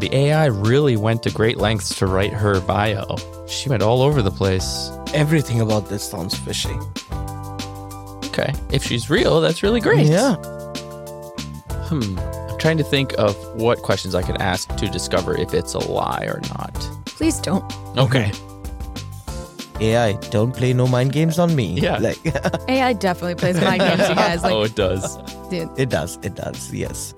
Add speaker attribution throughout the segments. Speaker 1: The AI really went to great lengths to write her bio. She went all over the place.
Speaker 2: Everything about this sounds fishy.
Speaker 1: Okay. If she's real, that's really great.
Speaker 2: Yeah.
Speaker 1: Hmm. I'm trying to think of what questions I could ask to discover if it's a lie or not.
Speaker 3: Please don't.
Speaker 1: Okay.
Speaker 2: AI, don't play no mind games on me.
Speaker 1: Yeah.
Speaker 2: Like
Speaker 3: AI definitely plays mind games, you guys. Like,
Speaker 1: oh, it does.
Speaker 3: dude.
Speaker 2: it does, it does, yes.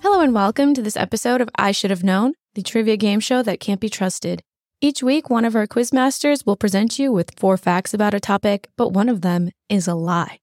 Speaker 3: Hello and welcome to this episode of I Should Have Known, the trivia game show that can't be trusted. Each week, one of our quizmasters will present you with four facts about a topic, but one of them is a lie.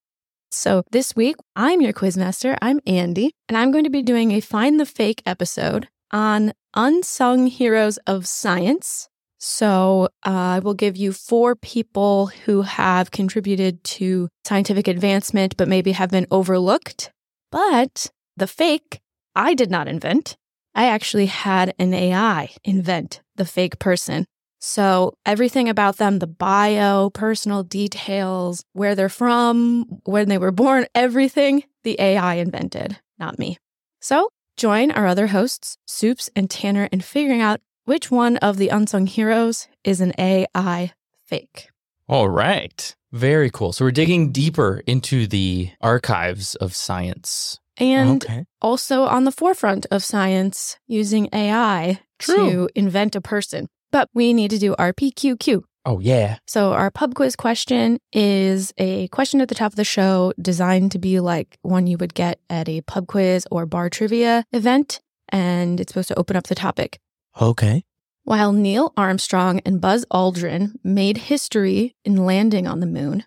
Speaker 3: So this week, I'm your quizmaster, I'm Andy, and I'm going to be doing a Find the Fake episode on unsung heroes of science. So uh, I will give you four people who have contributed to scientific advancement, but maybe have been overlooked. But the fake I did not invent. I actually had an AI invent the fake person. So everything about them, the bio, personal details, where they're from, when they were born, everything the AI invented, not me. So join our other hosts, Soups and Tanner, in figuring out which one of the unsung heroes is an AI fake.
Speaker 1: All right. Very cool. So we're digging deeper into the archives of science.
Speaker 3: And
Speaker 2: okay.
Speaker 3: also on the forefront of science using AI
Speaker 1: True.
Speaker 3: to invent a person. But we need to do our PQQ.
Speaker 1: Oh, yeah.
Speaker 3: So, our pub quiz question is a question at the top of the show designed to be like one you would get at a pub quiz or bar trivia event. And it's supposed to open up the topic.
Speaker 2: Okay.
Speaker 3: While Neil Armstrong and Buzz Aldrin made history in landing on the moon,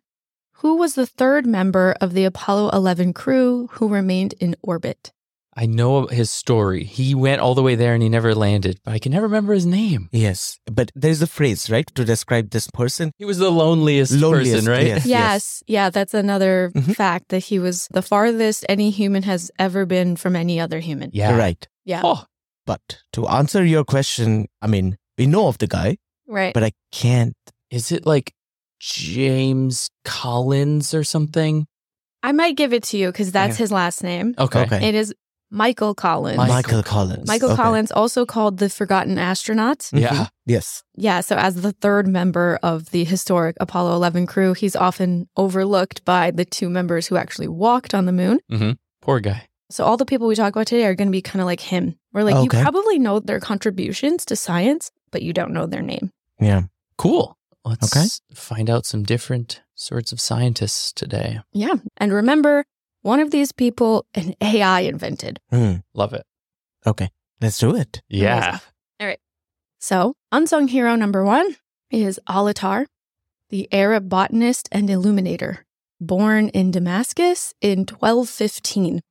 Speaker 3: who was the third member of the Apollo 11 crew who remained in orbit?
Speaker 1: I know his story. He went all the way there and he never landed, but I can never remember his name.
Speaker 2: Yes. But there's a phrase, right, to describe this person.
Speaker 1: He was the loneliest,
Speaker 2: Loneliest,
Speaker 1: person, right?
Speaker 2: yes.
Speaker 3: Yes. Yeah, that's another
Speaker 2: Mhm.
Speaker 3: fact that he was the farthest any human has ever been from any other human.
Speaker 1: Yeah.
Speaker 2: Right.
Speaker 3: Yeah.
Speaker 1: Oh,
Speaker 2: But to answer your question, I mean, we know of the guy,
Speaker 3: Right.
Speaker 2: but I can't.
Speaker 1: is it like James Collins or something?
Speaker 3: I might give it to you because that's
Speaker 2: Yeah.
Speaker 3: his last name.
Speaker 1: Okay.
Speaker 3: It is Michael Collins.
Speaker 1: Michael
Speaker 2: Michael,
Speaker 1: Mike-
Speaker 2: Collins.
Speaker 3: Michael
Speaker 2: Okay.
Speaker 3: Collins, also called the Forgotten Astronaut.
Speaker 2: Mhm.
Speaker 1: Yeah.
Speaker 2: Yes.
Speaker 3: Yeah. So, as the third member of the historic Apollo 11 crew, he's often overlooked by the two members who actually walked on the moon.
Speaker 1: Poor guy.
Speaker 3: So, all the people we talk about today are going to be kind of like him. We're like,
Speaker 2: Okay.
Speaker 3: you probably know their contributions to science, but you don't know their name.
Speaker 2: Yeah.
Speaker 1: Cool. Let's
Speaker 2: Okay.
Speaker 1: find out some different sorts of scientists today.
Speaker 3: Yeah. And remember, one of these people an AI invented.
Speaker 2: Hmm.
Speaker 1: Love it.
Speaker 2: Okay. Let's do it.
Speaker 1: Yeah.
Speaker 3: So, unsung hero number one is Alatar, the Arab botanist and illuminator, born in Damascus in 1215.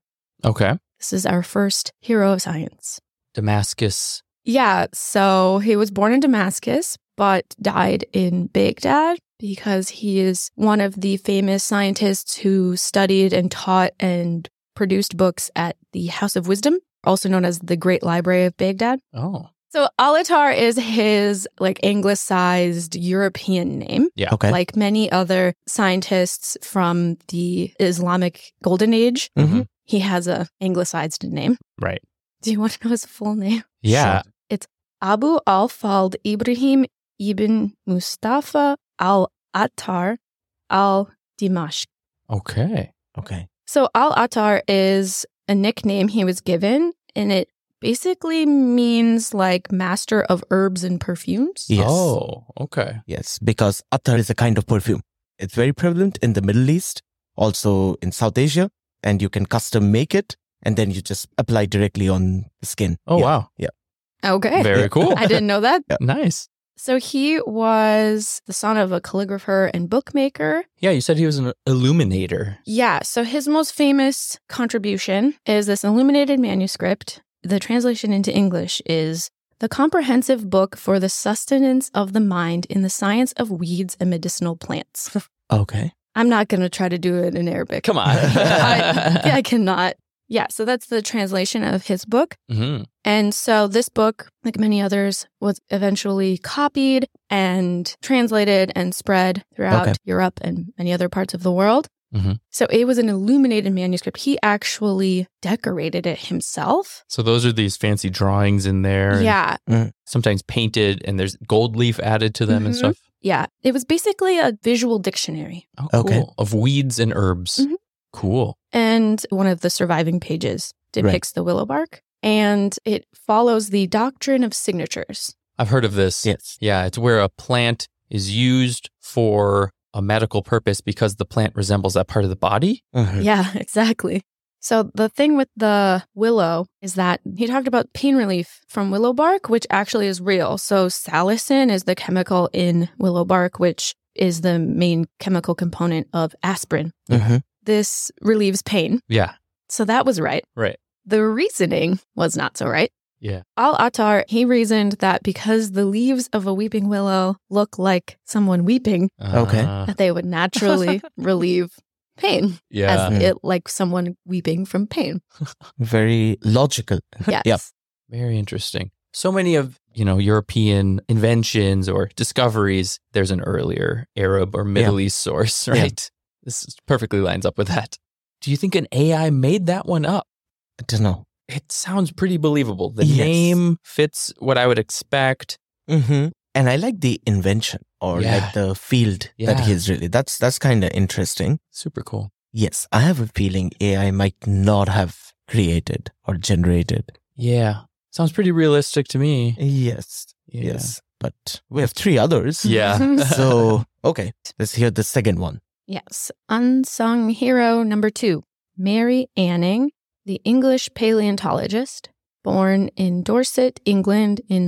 Speaker 1: Okay.
Speaker 3: This is our first hero of science.
Speaker 1: Damascus.
Speaker 3: Yeah, so he was born in Damascus, but died in Baghdad because he is one of the famous scientists who studied and taught and produced books at the House of Wisdom, also known as the Great Library of Baghdad.
Speaker 1: Oh.
Speaker 3: So Alatar is his like anglicized European name,
Speaker 1: Yeah.
Speaker 2: Okay.
Speaker 3: like many other scientists from the Islamic Golden Age.
Speaker 1: Mm-hmm.
Speaker 2: Mhm.
Speaker 3: He has a anglicized name.
Speaker 1: Right.
Speaker 3: Do you want to know his full name?
Speaker 1: Yeah.
Speaker 3: Abu al Fald Ibrahim ibn Mustafa al Attar al Dimashq.
Speaker 1: Okay.
Speaker 2: Okay.
Speaker 3: So Al Attar is a nickname he was given, and it basically means like master of herbs and perfumes.
Speaker 2: Yes.
Speaker 1: Oh, okay.
Speaker 2: Yes. Because attar is a kind of perfume. It's very prevalent in the Middle East, also in South Asia, and you can custom make it and then you just apply directly on the skin.
Speaker 1: Oh,
Speaker 2: Yeah.
Speaker 1: wow.
Speaker 3: Okay.
Speaker 1: Very cool.
Speaker 3: I didn't know that.
Speaker 1: nice.
Speaker 3: So he was the son of a calligrapher and bookmaker.
Speaker 1: Yeah, you said he was an illuminator.
Speaker 3: Yeah. So his most famous contribution is this illuminated manuscript. The translation into English is The Comprehensive Book for the Sustenance of the Mind in the Science of Weeds and Medicinal Plants.
Speaker 2: Okay.
Speaker 3: I'm not going to try to do it in Arabic.
Speaker 1: Come on.
Speaker 3: I, I cannot. Yeah. So that's the translation of his book.
Speaker 1: hmm
Speaker 3: And so this book, like many others, was eventually copied and translated and spread throughout
Speaker 2: Okay.
Speaker 3: Europe and many other parts of the world.
Speaker 1: Mhm.
Speaker 3: So it was an illuminated manuscript. He actually decorated it himself.
Speaker 1: So those are these fancy drawings in there. and
Speaker 3: Yeah.
Speaker 1: Sometimes painted and there's gold leaf added to them and
Speaker 3: Mhm.
Speaker 1: stuff.
Speaker 3: Yeah. It was basically a visual dictionary.
Speaker 1: Oh,
Speaker 2: Okay.
Speaker 1: cool. Of weeds and herbs.
Speaker 3: Mhm.
Speaker 1: Cool.
Speaker 3: and one of the surviving pages depicts the willow bark and it follows the doctrine of signatures
Speaker 1: I've heard of this.
Speaker 2: Yes.
Speaker 1: Yeah, it's where a plant is used for a medical purpose because the plant resembles that part of the body.
Speaker 2: Mhm.
Speaker 3: yeah exactly so the thing with the willow is that he talked about pain relief from willow bark which actually is real so salicin is the chemical in willow bark which is the main chemical component of aspirin
Speaker 2: Mhm.
Speaker 3: this relieves pain
Speaker 1: Yeah.
Speaker 3: so that was right
Speaker 1: Right.
Speaker 3: The reasoning was not so right.
Speaker 1: Yeah.
Speaker 3: Al Attar, he reasoned that because the leaves of a weeping willow look like someone weeping,
Speaker 2: Okay.
Speaker 1: Uh,
Speaker 3: that they would naturally relieve pain
Speaker 1: yeah.
Speaker 3: as
Speaker 2: Mhm.
Speaker 3: it like someone weeping from pain.
Speaker 2: Very logical.
Speaker 3: Yes.
Speaker 2: Yep.
Speaker 1: Very interesting. So many of, you know, European inventions or discoveries, there's an earlier Arab or Middle East source,
Speaker 2: Yeah.
Speaker 1: right? This is- perfectly lines up with that. Do you think an AI made that one up?
Speaker 2: I don't know.
Speaker 1: It sounds pretty believable. The
Speaker 2: Yes.
Speaker 1: name fits what I would expect.
Speaker 2: Mm-hmm. And I like the invention or
Speaker 1: Yeah.
Speaker 2: like the field
Speaker 1: Yeah.
Speaker 2: that he's really. That's that's kind of interesting.
Speaker 1: Super cool.
Speaker 2: Yes, I have a feeling AI might not have created or generated.
Speaker 1: Yeah. Sounds pretty realistic to me.
Speaker 2: Yes,
Speaker 1: Yeah.
Speaker 2: yes, but we have three others.
Speaker 1: Yeah.
Speaker 2: So okay, let's hear the second one.
Speaker 3: Yes. Unsung hero number two, Mary Anning, the English paleontologist, born in Dorset, England in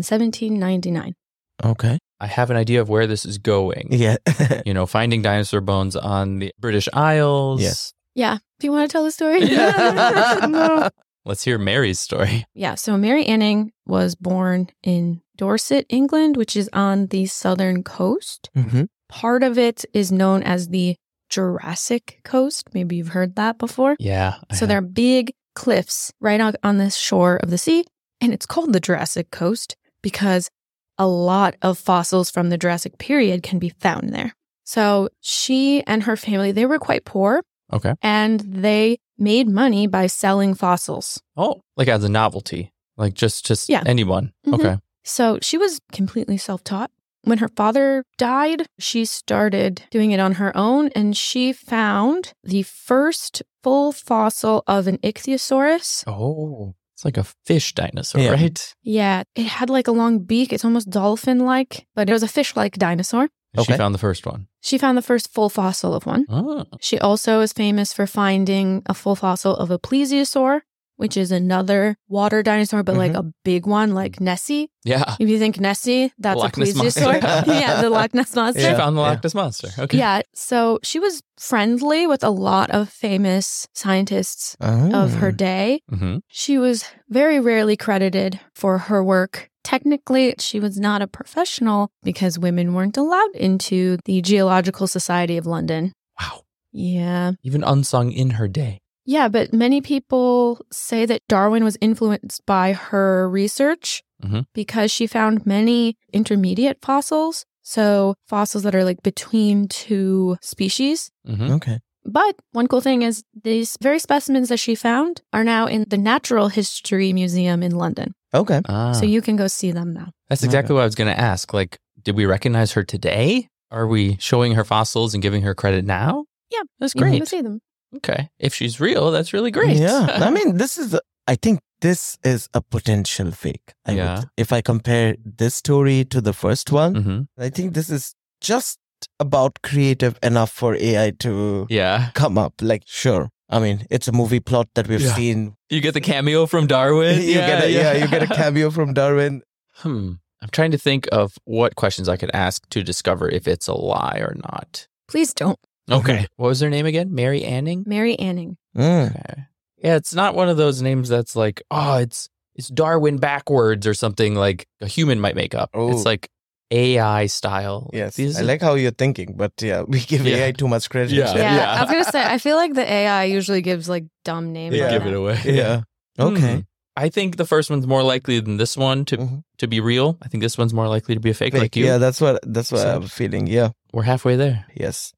Speaker 3: 1799.
Speaker 2: Okay.
Speaker 1: I have an idea of where this is going.
Speaker 2: Yeah.
Speaker 1: You know, finding dinosaur bones on the British Isles.
Speaker 2: Yes.
Speaker 3: Yeah. Do you want to tell the story?
Speaker 1: Let's hear Mary's story.
Speaker 3: Yeah, so Mary Anning was born in Dorset, England, which is on the southern coast.
Speaker 2: hmm
Speaker 3: Part of it is known as the Jurassic Coast. Maybe you've heard that before.
Speaker 1: Yeah. I
Speaker 3: So
Speaker 1: have-
Speaker 3: there are big cliffs right on, on the shore of the sea, and it's called the Jurassic Coast because a lot of fossils from the Jurassic period can be found there. So she and her family, they were quite poor
Speaker 1: Okay.
Speaker 3: and they made money by selling fossils.
Speaker 1: Oh, like as a novelty, like just just
Speaker 3: Yeah.
Speaker 1: anyone.
Speaker 3: Mhm.
Speaker 1: Okay.
Speaker 3: So she was completely self taught. When her father died, she started doing it on her own and she found the first full fossil of an ichthyosaurus.
Speaker 1: Oh, it's like a fish dinosaur,
Speaker 2: Yeah.
Speaker 1: right?
Speaker 3: Yeah, it had like a long beak. It's almost dolphin like, but it was a fish like dinosaur.
Speaker 1: And She
Speaker 2: Okay.
Speaker 1: found the first one.
Speaker 3: She found the first full fossil of one.
Speaker 1: Oh,
Speaker 3: She also is famous for finding a full fossil of a plesiosaur, which is another water dinosaur, but like
Speaker 1: Mm-hmm.
Speaker 3: a big one, like Nessie.
Speaker 1: yeah.
Speaker 3: If you think Nessie, that's
Speaker 1: Loch
Speaker 3: a
Speaker 1: Ness monster.
Speaker 3: plesiosaur. yeah, the Loch Ness monster.
Speaker 1: She
Speaker 2: Yeah.
Speaker 1: found the
Speaker 2: Yeah.
Speaker 1: Loch Ness monster. Okay.
Speaker 3: Yeah. So she was friendly with a lot of famous scientists of her day.
Speaker 1: hmm
Speaker 3: She was very rarely credited for her work. Technically, she was not a professional because women weren't allowed into the Geological Society of London.
Speaker 1: Wow.
Speaker 3: Yeah.
Speaker 1: Even unsung in her day.
Speaker 3: Yeah. But many people say that Darwin was influenced by her research
Speaker 1: Mhm.
Speaker 3: because she found many intermediate fossils. So fossils that are like between two species.
Speaker 1: hmm
Speaker 2: Mm-hmm. Okay.
Speaker 3: But one cool thing is these very specimens that she found are now in the Natural History Museum in London.
Speaker 2: Okay.
Speaker 1: Ah,
Speaker 3: So you can go see them now.
Speaker 1: that's
Speaker 2: Okay.
Speaker 1: exactly what I was going to ask. Like, did we recognize her today? Are we showing her fossils and giving her credit now?
Speaker 3: Yeah.
Speaker 1: That's
Speaker 3: You can
Speaker 1: great.
Speaker 3: go see them.
Speaker 1: Okay. If she's real, that's really great.
Speaker 2: Yeah. I mean, this is. a- I think this is a potential fake. I
Speaker 1: Yeah.
Speaker 2: Would, if I compare this story to the first one,
Speaker 1: hmm
Speaker 2: I think this is just about creative enough for AI to
Speaker 1: Yeah.
Speaker 2: come up. Like, sure. I mean, it's a movie plot that we've
Speaker 1: Yeah.
Speaker 2: seen.
Speaker 1: You get the cameo from Darwin.
Speaker 2: you get a, yeah, you get a cameo from Darwin.
Speaker 1: Hmm. I'm trying to think of what questions I could ask to discover if it's a lie or not.
Speaker 3: Please don't.
Speaker 1: Okay. what was her name again? Mary Anning?
Speaker 3: Mary Anning.
Speaker 2: Mm.
Speaker 1: Okay. Yeah, it's not one of those names that's like, oh, it's it's Darwin backwards or something like a human might make up.
Speaker 2: Oh.
Speaker 1: It's like AI style.
Speaker 2: Yes,
Speaker 1: These-
Speaker 2: I like how you're thinking, but yeah, we give
Speaker 1: Yeah.
Speaker 2: AI too much credit.
Speaker 1: Yeah.
Speaker 3: Yeah.
Speaker 1: Uh, Yeah.
Speaker 3: I was going to say, I feel like the AI usually gives like dumb names.
Speaker 1: They
Speaker 2: Yeah.
Speaker 3: on
Speaker 1: give
Speaker 3: that.
Speaker 1: it away.
Speaker 2: Yeah.
Speaker 1: Hmm.
Speaker 2: Okay.
Speaker 1: I think the first one's more likely than this one to
Speaker 2: Mhm.
Speaker 1: to be real. I think this one's more likely to be a fake, like you.
Speaker 2: Yeah, that's what that's what
Speaker 1: So-
Speaker 2: I'm feeling. Yeah.
Speaker 1: We're halfway there.
Speaker 2: Yes.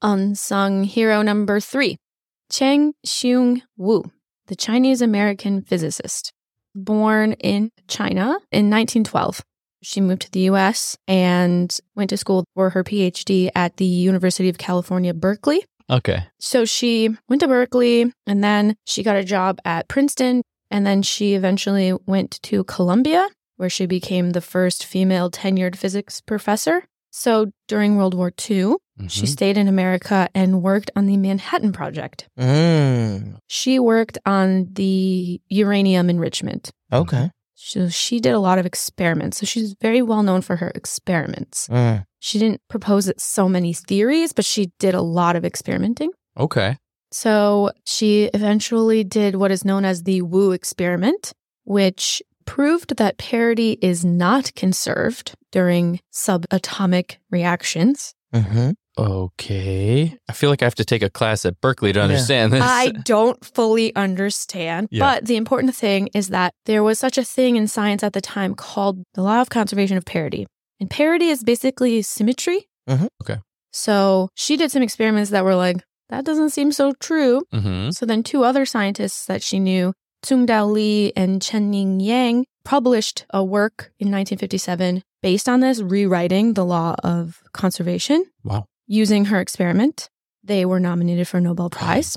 Speaker 3: Unsung hero number three Cheng Xiung Wu, the Chinese American physicist. Born in China in 1912. She moved to the US and went to school for her PhD at the University of California, Berkeley.
Speaker 1: Okay.
Speaker 3: So she went to Berkeley and then she got a job at Princeton. And then she eventually went to Columbia, where she became the first female tenured physics professor. So during World War II, she
Speaker 1: Mhm.
Speaker 3: stayed in America and worked on the Manhattan Project.
Speaker 1: Hmm.
Speaker 2: Mm,
Speaker 3: She worked on the uranium enrichment.
Speaker 2: okay.
Speaker 3: So she did a lot of experiments. So she's very well known for her
Speaker 1: Mm-hmm.
Speaker 3: experiments.
Speaker 2: Mm,
Speaker 3: She didn't propose so many theories, but she did a lot of experimenting.
Speaker 1: Okay.
Speaker 3: So she eventually did what is known as the Wu experiment, which proved that parity is not conserved during subatomic reactions.
Speaker 2: mhm.
Speaker 1: Okay. I feel like I have to take a class at Berkeley to
Speaker 2: Yeah.
Speaker 1: understand this.
Speaker 3: I don't fully understand,
Speaker 1: Yeah.
Speaker 3: but the important thing is that there was such a thing in science at the time called the law of conservation of parity. And parity is basically symmetry.
Speaker 2: Mhm.
Speaker 1: Mm-hmm. Okay.
Speaker 3: So she did some experiments that were like, that doesn't seem so true.
Speaker 1: Mhm.
Speaker 3: So then, two other scientists that she knew, Tsung Dao Li and Chen Ning Yang, published a work in 1957 based on this, rewriting the law of conservation
Speaker 1: Wow.
Speaker 3: using her experiment. They were nominated for a Nobel Prize,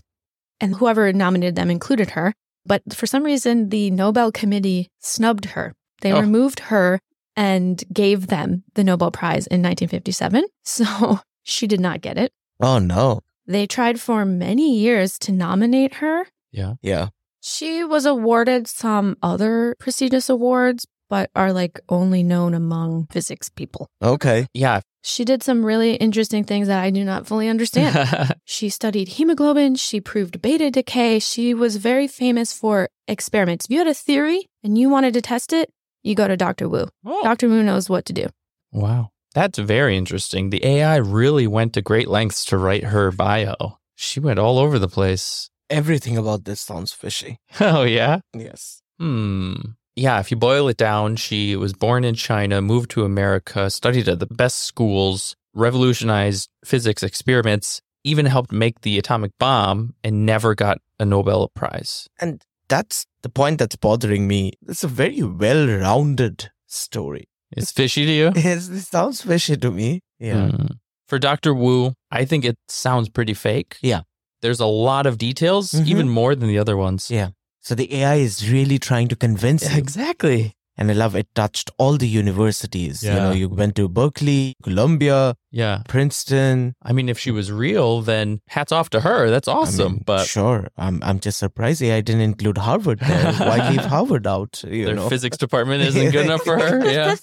Speaker 3: and whoever nominated them included her. But for some reason, the Nobel Committee snubbed her. They
Speaker 1: Oh.
Speaker 3: removed her and gave them the Nobel Prize in 1957. So she did not get it.
Speaker 2: Oh, no.
Speaker 3: They tried for many years to nominate her.
Speaker 2: Yeah.
Speaker 3: She was awarded some other prestigious awards, but are like only known among physics people.
Speaker 2: Okay.
Speaker 1: Yeah.
Speaker 3: She did some really interesting things that I do not fully understand. She studied hemoglobin. She proved beta decay. She was very famous for experiments. If you had a theory and you wanted to test it, you go to Dr. Wu.
Speaker 1: Oh.
Speaker 3: Dr. Wu knows what to do.
Speaker 1: Wow. That's very interesting. The AI really went to great lengths to write her bio. She went all over the place.
Speaker 2: Everything about this sounds fishy.
Speaker 1: Oh, yeah.
Speaker 2: Yes.
Speaker 1: Hmm. Yeah, if you boil it down, she was born in China, moved to America, studied at the best schools, revolutionized physics experiments, even helped make the atomic bomb, and never got a Nobel Prize.
Speaker 2: And that's the point that's bothering me. It's a very well rounded story.
Speaker 1: It's fishy to you?
Speaker 2: It's, it sounds fishy to me. Yeah.
Speaker 1: Hmm. For Dr. Wu, I think it sounds pretty fake.
Speaker 2: Yeah.
Speaker 1: There's a lot of details,
Speaker 2: Mhm.
Speaker 1: even more than the other ones.
Speaker 2: Yeah. So the AI is really trying to convince you.
Speaker 1: Exactly.
Speaker 2: And I love it touched all the universities. You know,
Speaker 1: Yeah.
Speaker 2: you went to Berkeley, Columbia,
Speaker 1: Yeah.
Speaker 2: Princeton.
Speaker 1: I mean, if she was real, then hats off to her. That's
Speaker 2: I
Speaker 1: awesome.
Speaker 2: mean,
Speaker 1: but
Speaker 2: sure, I'm I'm just surprised AI didn't include Harvard there. Why leave Harvard out? You
Speaker 1: their
Speaker 2: know,
Speaker 1: physics department isn't good enough for her. Yeah.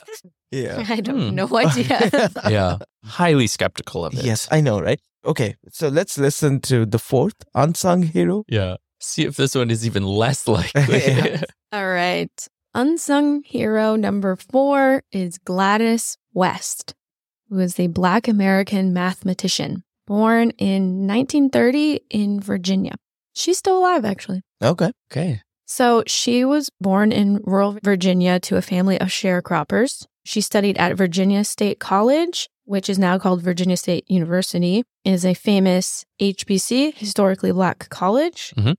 Speaker 2: yeah.
Speaker 3: I don't
Speaker 1: Hmm.
Speaker 3: no idea.
Speaker 1: yeah. Highly skeptical of it.
Speaker 2: Yes, I know, right? Okay, so let's listen to the fourth unsung hero.
Speaker 1: Yeah. See if this one is even less likely.
Speaker 2: Yeah.
Speaker 3: All right. Unsung hero number four is Gladys West, who is a Black American mathematician born in 1930 in Virginia. She's still alive, actually.
Speaker 2: Okay.
Speaker 1: okay.
Speaker 3: So she was born in rural Virginia to a family of sharecroppers. She studied at Virginia State College, which is now called Virginia State University, It is a famous HBC, historically black college.
Speaker 1: Mhm.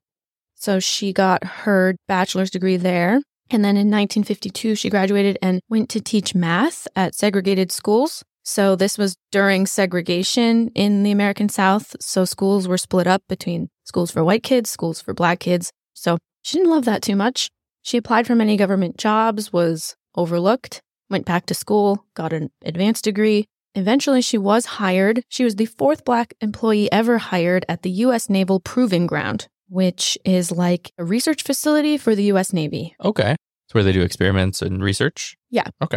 Speaker 3: So she got her bachelor's degree there. And then in 1952, she graduated and went to teach math at segregated schools. So this was during segregation in the American South. So schools were split up between schools for white kids, schools for black kids. So she didn't love that too much. She applied for many government jobs, was overlooked, went back to school, got an advanced degree. Eventually, she was hired. She was the fourth Black employee ever hired at the U.S. Naval Proving Ground, which is like a research facility for the U.S. Navy.
Speaker 1: Okay. It's where they do experiments and research.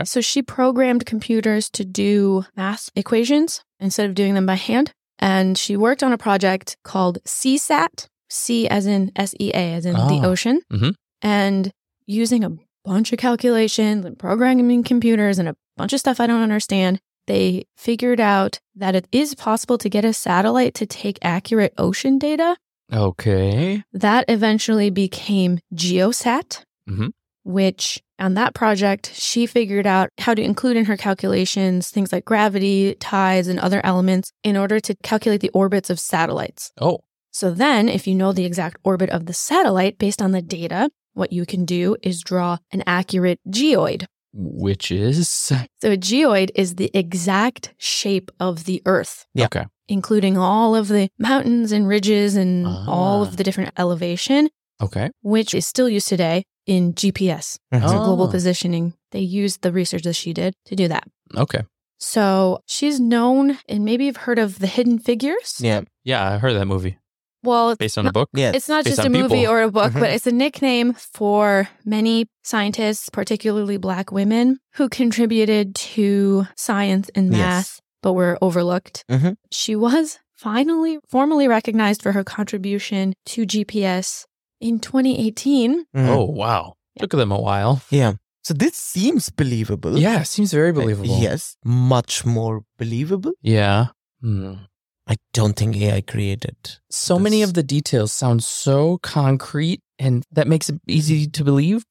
Speaker 3: So she programmed computers to do math equations instead of doing them by hand. And she worked on a project called CSAT, C as in S E A, as in the
Speaker 1: Ah,
Speaker 3: ocean.
Speaker 1: mhm.
Speaker 3: And using a bunch of calculations and programming computers and a bunch of stuff I don't understand, they figured out that it is possible to get a satellite to take accurate ocean data.
Speaker 1: Okay.
Speaker 3: That eventually became GeoSat.
Speaker 1: Mhm.
Speaker 3: which on that project, she figured out how to include in her calculations things like gravity, tides, and other elements in order to calculate the orbits of satellites.
Speaker 1: Oh,
Speaker 3: So then, if you know the exact orbit of the satellite based on the data, what you can do is draw an accurate geoid.
Speaker 1: which is
Speaker 3: So, a geoid is the exact shape of the Earth,
Speaker 2: Yeah.
Speaker 1: okay.
Speaker 3: including all of the mountains and ridges and all
Speaker 1: Ah.
Speaker 3: of the different elevation,
Speaker 1: Okay.
Speaker 3: which is still used today in GPS,
Speaker 2: Mm-hmm.
Speaker 3: so
Speaker 1: Oh.
Speaker 3: global positioning. They used the research that she did to do that.
Speaker 1: Okay.
Speaker 3: So, she's known, and maybe you've heard of the Hidden Figures.
Speaker 2: Yeah.
Speaker 1: Yeah, I heard of that movie
Speaker 3: Well, it's
Speaker 1: based on
Speaker 3: not-
Speaker 1: a book.
Speaker 2: Yeah.
Speaker 3: It's not
Speaker 1: based
Speaker 3: just a
Speaker 1: on
Speaker 3: movie
Speaker 1: people.
Speaker 3: or a book, but
Speaker 2: Mhm.
Speaker 3: it's a nickname for many scientists, particularly black women, who contributed to science and
Speaker 2: Yes.
Speaker 3: math, but were overlooked.
Speaker 2: Mhm.
Speaker 3: She was finally formally recognized for her contribution to GPS in 2018.
Speaker 2: Mhm.
Speaker 1: Oh wow,
Speaker 3: Yeah.
Speaker 1: took them a while.
Speaker 2: Yeah. So this seems believable.
Speaker 1: Yeah, seems very
Speaker 2: Uh,
Speaker 1: believable.
Speaker 2: Yes. Much more believable.
Speaker 1: Yeah. Hmm.
Speaker 2: I don't think AI created.
Speaker 1: So many
Speaker 2: This-
Speaker 1: of the details sound so concrete, and that makes it easy to believe.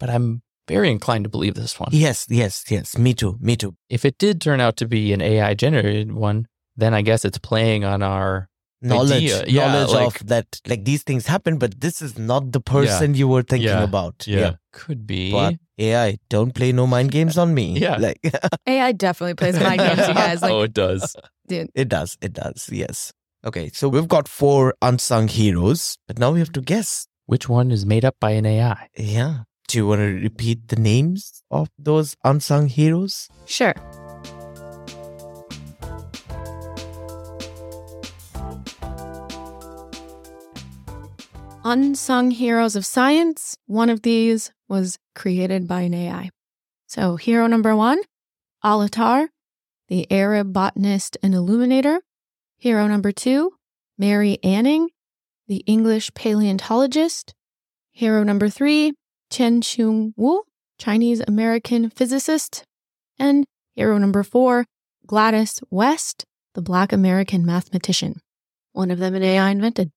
Speaker 1: But I'm very inclined to believe this one.
Speaker 2: Yes, yes, yes. Me too. Me too.
Speaker 1: If it did turn out to be an AI generated one, then I guess it's playing on our
Speaker 2: Knowledge,
Speaker 1: Idea, yeah,
Speaker 2: knowledge
Speaker 1: like-
Speaker 2: of that, like these things happen, but this is not the person you were thinking
Speaker 1: Yeah,
Speaker 2: about.
Speaker 1: could be.
Speaker 2: But AI, don't play no mind games on me.
Speaker 1: Yeah.
Speaker 2: Like
Speaker 3: AI definitely plays mind games, you guys. Like,
Speaker 1: oh, it does.
Speaker 3: dude,
Speaker 2: it does. It does. Yes. Okay. So we've got four unsung heroes, but now we have to guess.
Speaker 1: Which one is made up by an AI?
Speaker 2: Yeah. Do you want to repeat the names of those unsung heroes?
Speaker 3: sure. unsung heroes of science. One of these was created by an AI. So, hero number one, Alatar, the Arab botanist and illuminator. Hero number two, Mary Anning, the English paleontologist. Hero number three, Chen Chung Wu, Chinese American physicist. And hero number four, Gladys West, the Black American mathematician. One of them an AI invented.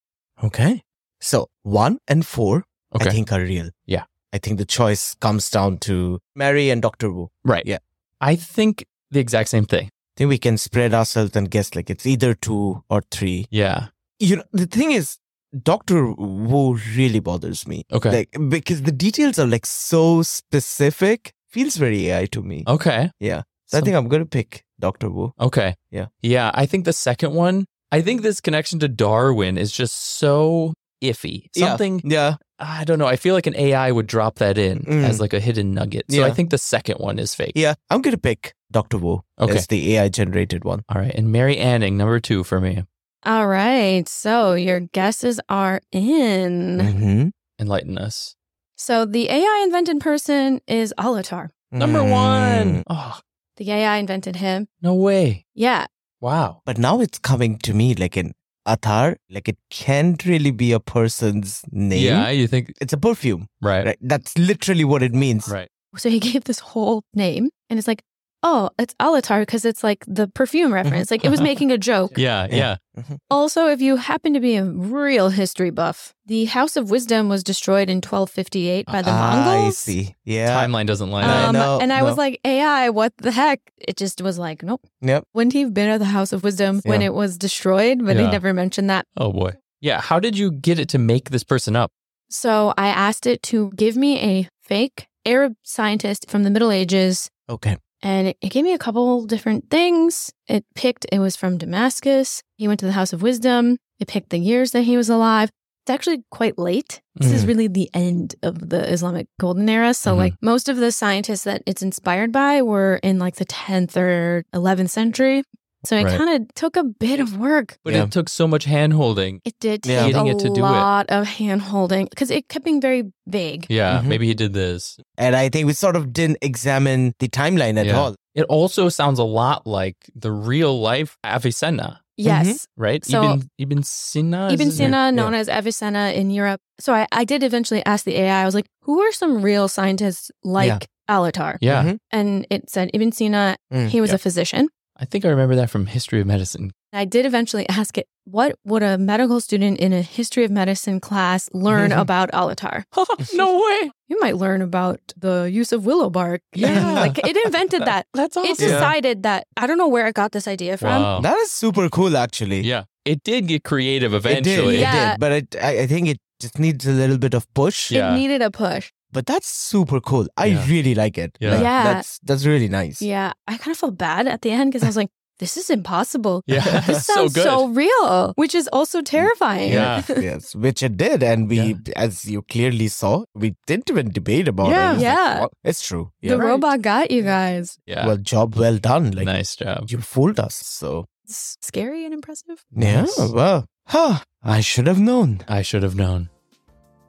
Speaker 2: Okay. So one and four,
Speaker 1: Okay.
Speaker 2: I think are real.
Speaker 1: Yeah.
Speaker 2: I think the choice comes down to Mary and Dr. Wu.
Speaker 1: Right.
Speaker 2: Yeah.
Speaker 1: I think the exact same thing.
Speaker 2: I think we can spread ourselves and guess like it's either two or three.
Speaker 1: Yeah.
Speaker 2: You know, the thing is, Dr. Wu really bothers me.
Speaker 1: Okay.
Speaker 2: Like, because the details are like so specific, feels very AI to me.
Speaker 1: okay.
Speaker 2: Yeah. So I think I'm going to pick Dr. Wu.
Speaker 1: Okay.
Speaker 2: Yeah.
Speaker 1: Yeah. I think the second one, I think this connection to Darwin is just so iffy.
Speaker 2: Yeah.
Speaker 1: Something,
Speaker 2: Yeah.
Speaker 1: I don't know. I feel like an AI would drop that in
Speaker 2: Mm.
Speaker 1: as like a hidden nugget. So
Speaker 2: Yeah.
Speaker 1: I think the second one is fake.
Speaker 2: Yeah. I'm going to pick Dr. Wu
Speaker 1: Okay.
Speaker 2: as the AI generated one.
Speaker 1: All right. And Mary Anning, number two for me.
Speaker 3: All right. So your guesses are in.
Speaker 2: Mm-hmm.
Speaker 1: Enlighten us.
Speaker 3: So the AI invented person is Alatar.
Speaker 1: Number
Speaker 2: Mm.
Speaker 1: one. Oh,
Speaker 3: The AI invented him.
Speaker 1: no way.
Speaker 3: Yeah.
Speaker 1: Wow.
Speaker 2: But now it's coming to me like an Athar, like it can't really be a person's name.
Speaker 1: Yeah. You think,
Speaker 2: It's a perfume,
Speaker 1: right.
Speaker 2: right? That's literally what it means.
Speaker 1: Right.
Speaker 3: So he gave this whole name and it's like, oh, it's Alatar because it's like the perfume reference. Like it was making a joke.
Speaker 1: Yeah.
Speaker 2: Yeah.
Speaker 1: Yeah.
Speaker 3: Also, if you happen to be a real history buff, the House of Wisdom was destroyed in 1258 by the
Speaker 2: Ah, I
Speaker 3: Mongols.
Speaker 2: see. Yeah.
Speaker 1: Timeline doesn't line
Speaker 2: I
Speaker 1: up.
Speaker 3: Um,
Speaker 2: know,
Speaker 3: and I was
Speaker 2: no.
Speaker 3: like, AI, what the heck? It just was like, nope.
Speaker 2: Yep.
Speaker 3: Wouldn't he have been at the House of Wisdom when
Speaker 2: Yeah.
Speaker 3: it was destroyed? But he
Speaker 1: Yeah.
Speaker 3: never mentioned that.
Speaker 1: Oh boy. Yeah. How did you get it to make this person up?
Speaker 3: So I asked it to give me a fake Arab scientist from the Middle Ages,
Speaker 2: Okay.
Speaker 3: and it gave me a couple different things. It picked it was from Damascus. He went to the House of Wisdom. It picked the years that he was alive. It's actually quite late. This is
Speaker 1: Mhm.
Speaker 3: really the end of the Islamic golden era. So
Speaker 1: Mhm.
Speaker 3: like most of the scientists that it's inspired by were in like the 10th or 11th century. So it
Speaker 1: Right.
Speaker 3: kind of took a bit of work.
Speaker 1: But
Speaker 2: Yeah.
Speaker 1: it took so much hand holding.
Speaker 3: It did
Speaker 2: Yeah.
Speaker 3: take
Speaker 1: Getting
Speaker 3: a
Speaker 1: it to do it.
Speaker 3: lot of hand holding because it kept being very vague.
Speaker 1: Yeah.
Speaker 2: Mhm.
Speaker 1: Maybe he did this.
Speaker 2: And I think we sort of didn't examine the timeline at
Speaker 1: Yeah.
Speaker 2: all.
Speaker 1: It also sounds a lot like the real life Avicenna,
Speaker 3: Yes.
Speaker 1: right?
Speaker 3: So-
Speaker 1: Ibn, Ibn Sina? is
Speaker 3: Ibn
Speaker 1: his name?
Speaker 3: Sina, known as Avicenna in Europe. So I, I did eventually ask the AI, I was like, who are some real scientists like Alatar?
Speaker 1: Yeah.
Speaker 2: Mhm.
Speaker 3: And it said Ibn Sina,
Speaker 2: Mm,
Speaker 3: he was
Speaker 1: yeah.
Speaker 3: a physician.
Speaker 1: I think I remember that from History of Medicine.
Speaker 3: I did eventually ask it, what would a medical student in a history of medicine class learn about Alatar?
Speaker 1: no way.
Speaker 3: You might learn about the use of willow bark.
Speaker 1: Yeah.
Speaker 3: like it invented that.
Speaker 1: That's
Speaker 3: It decided that I don't know where it got this idea from.
Speaker 1: Wow.
Speaker 2: That is super cool, actually.
Speaker 1: yeah. It did get creative
Speaker 2: It
Speaker 1: eventually.
Speaker 2: did, it
Speaker 3: Yeah.
Speaker 2: did. But it, I, I think it just needs a little bit of push.
Speaker 1: Yeah.
Speaker 3: It needed a push.
Speaker 2: But that's super cool. I
Speaker 1: Yeah.
Speaker 2: really like it.
Speaker 1: Yeah.
Speaker 2: Like,
Speaker 3: Yeah.
Speaker 2: That's that's really nice.
Speaker 3: Yeah. I kind of felt bad at the end because I was like, this is impossible.
Speaker 1: Yeah.
Speaker 3: This
Speaker 1: so
Speaker 3: sounds so,
Speaker 1: good.
Speaker 3: real, which is also terrifying.
Speaker 1: Yeah.
Speaker 2: yes, which it did, and we,
Speaker 1: Yeah.
Speaker 2: as you clearly saw, we didn't even debate about
Speaker 1: Yeah.
Speaker 2: it. It's like,
Speaker 3: Yeah.
Speaker 2: well, it's true. Yeah.
Speaker 3: The robot got you guys.
Speaker 1: yeah.
Speaker 2: Well, job well done. Like
Speaker 1: nice job.
Speaker 2: you fooled us. So
Speaker 3: It's scary and impressive.
Speaker 2: yeah,
Speaker 1: Yes.
Speaker 2: well, huh, I should have known.
Speaker 1: I should have known.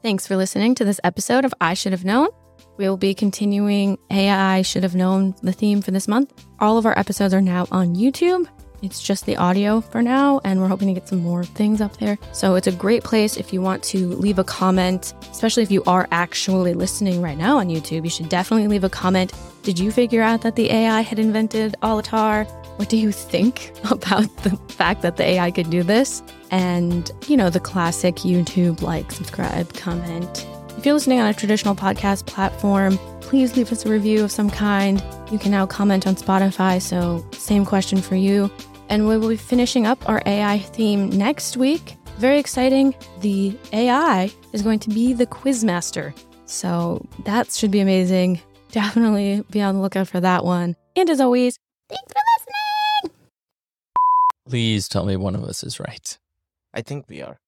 Speaker 3: Thanks for listening to this episode of I Should Have Known. We'll be continuing AI Should Have Known, the theme for this month. All of our episodes are now on YouTube. It's just the audio for now, and we're hoping to get some more things up there. So it's a great place if you want to leave a comment, especially if you are actually listening right now on YouTube. You should definitely leave a comment. Did you figure out that the AI had invented Alatar? What do you think about the fact that the AI could do this? and you know the classic youtube like subscribe comment if you're listening on a traditional podcast platform please leave us a review of some kind you can now comment on spotify so same question for you and we will be finishing up our ai theme next week very exciting the ai is going to be the quizmaster so that should be amazing definitely be on the lookout for that one and as always thanks for listening
Speaker 1: Please tell me one of us is right.
Speaker 2: I think we are.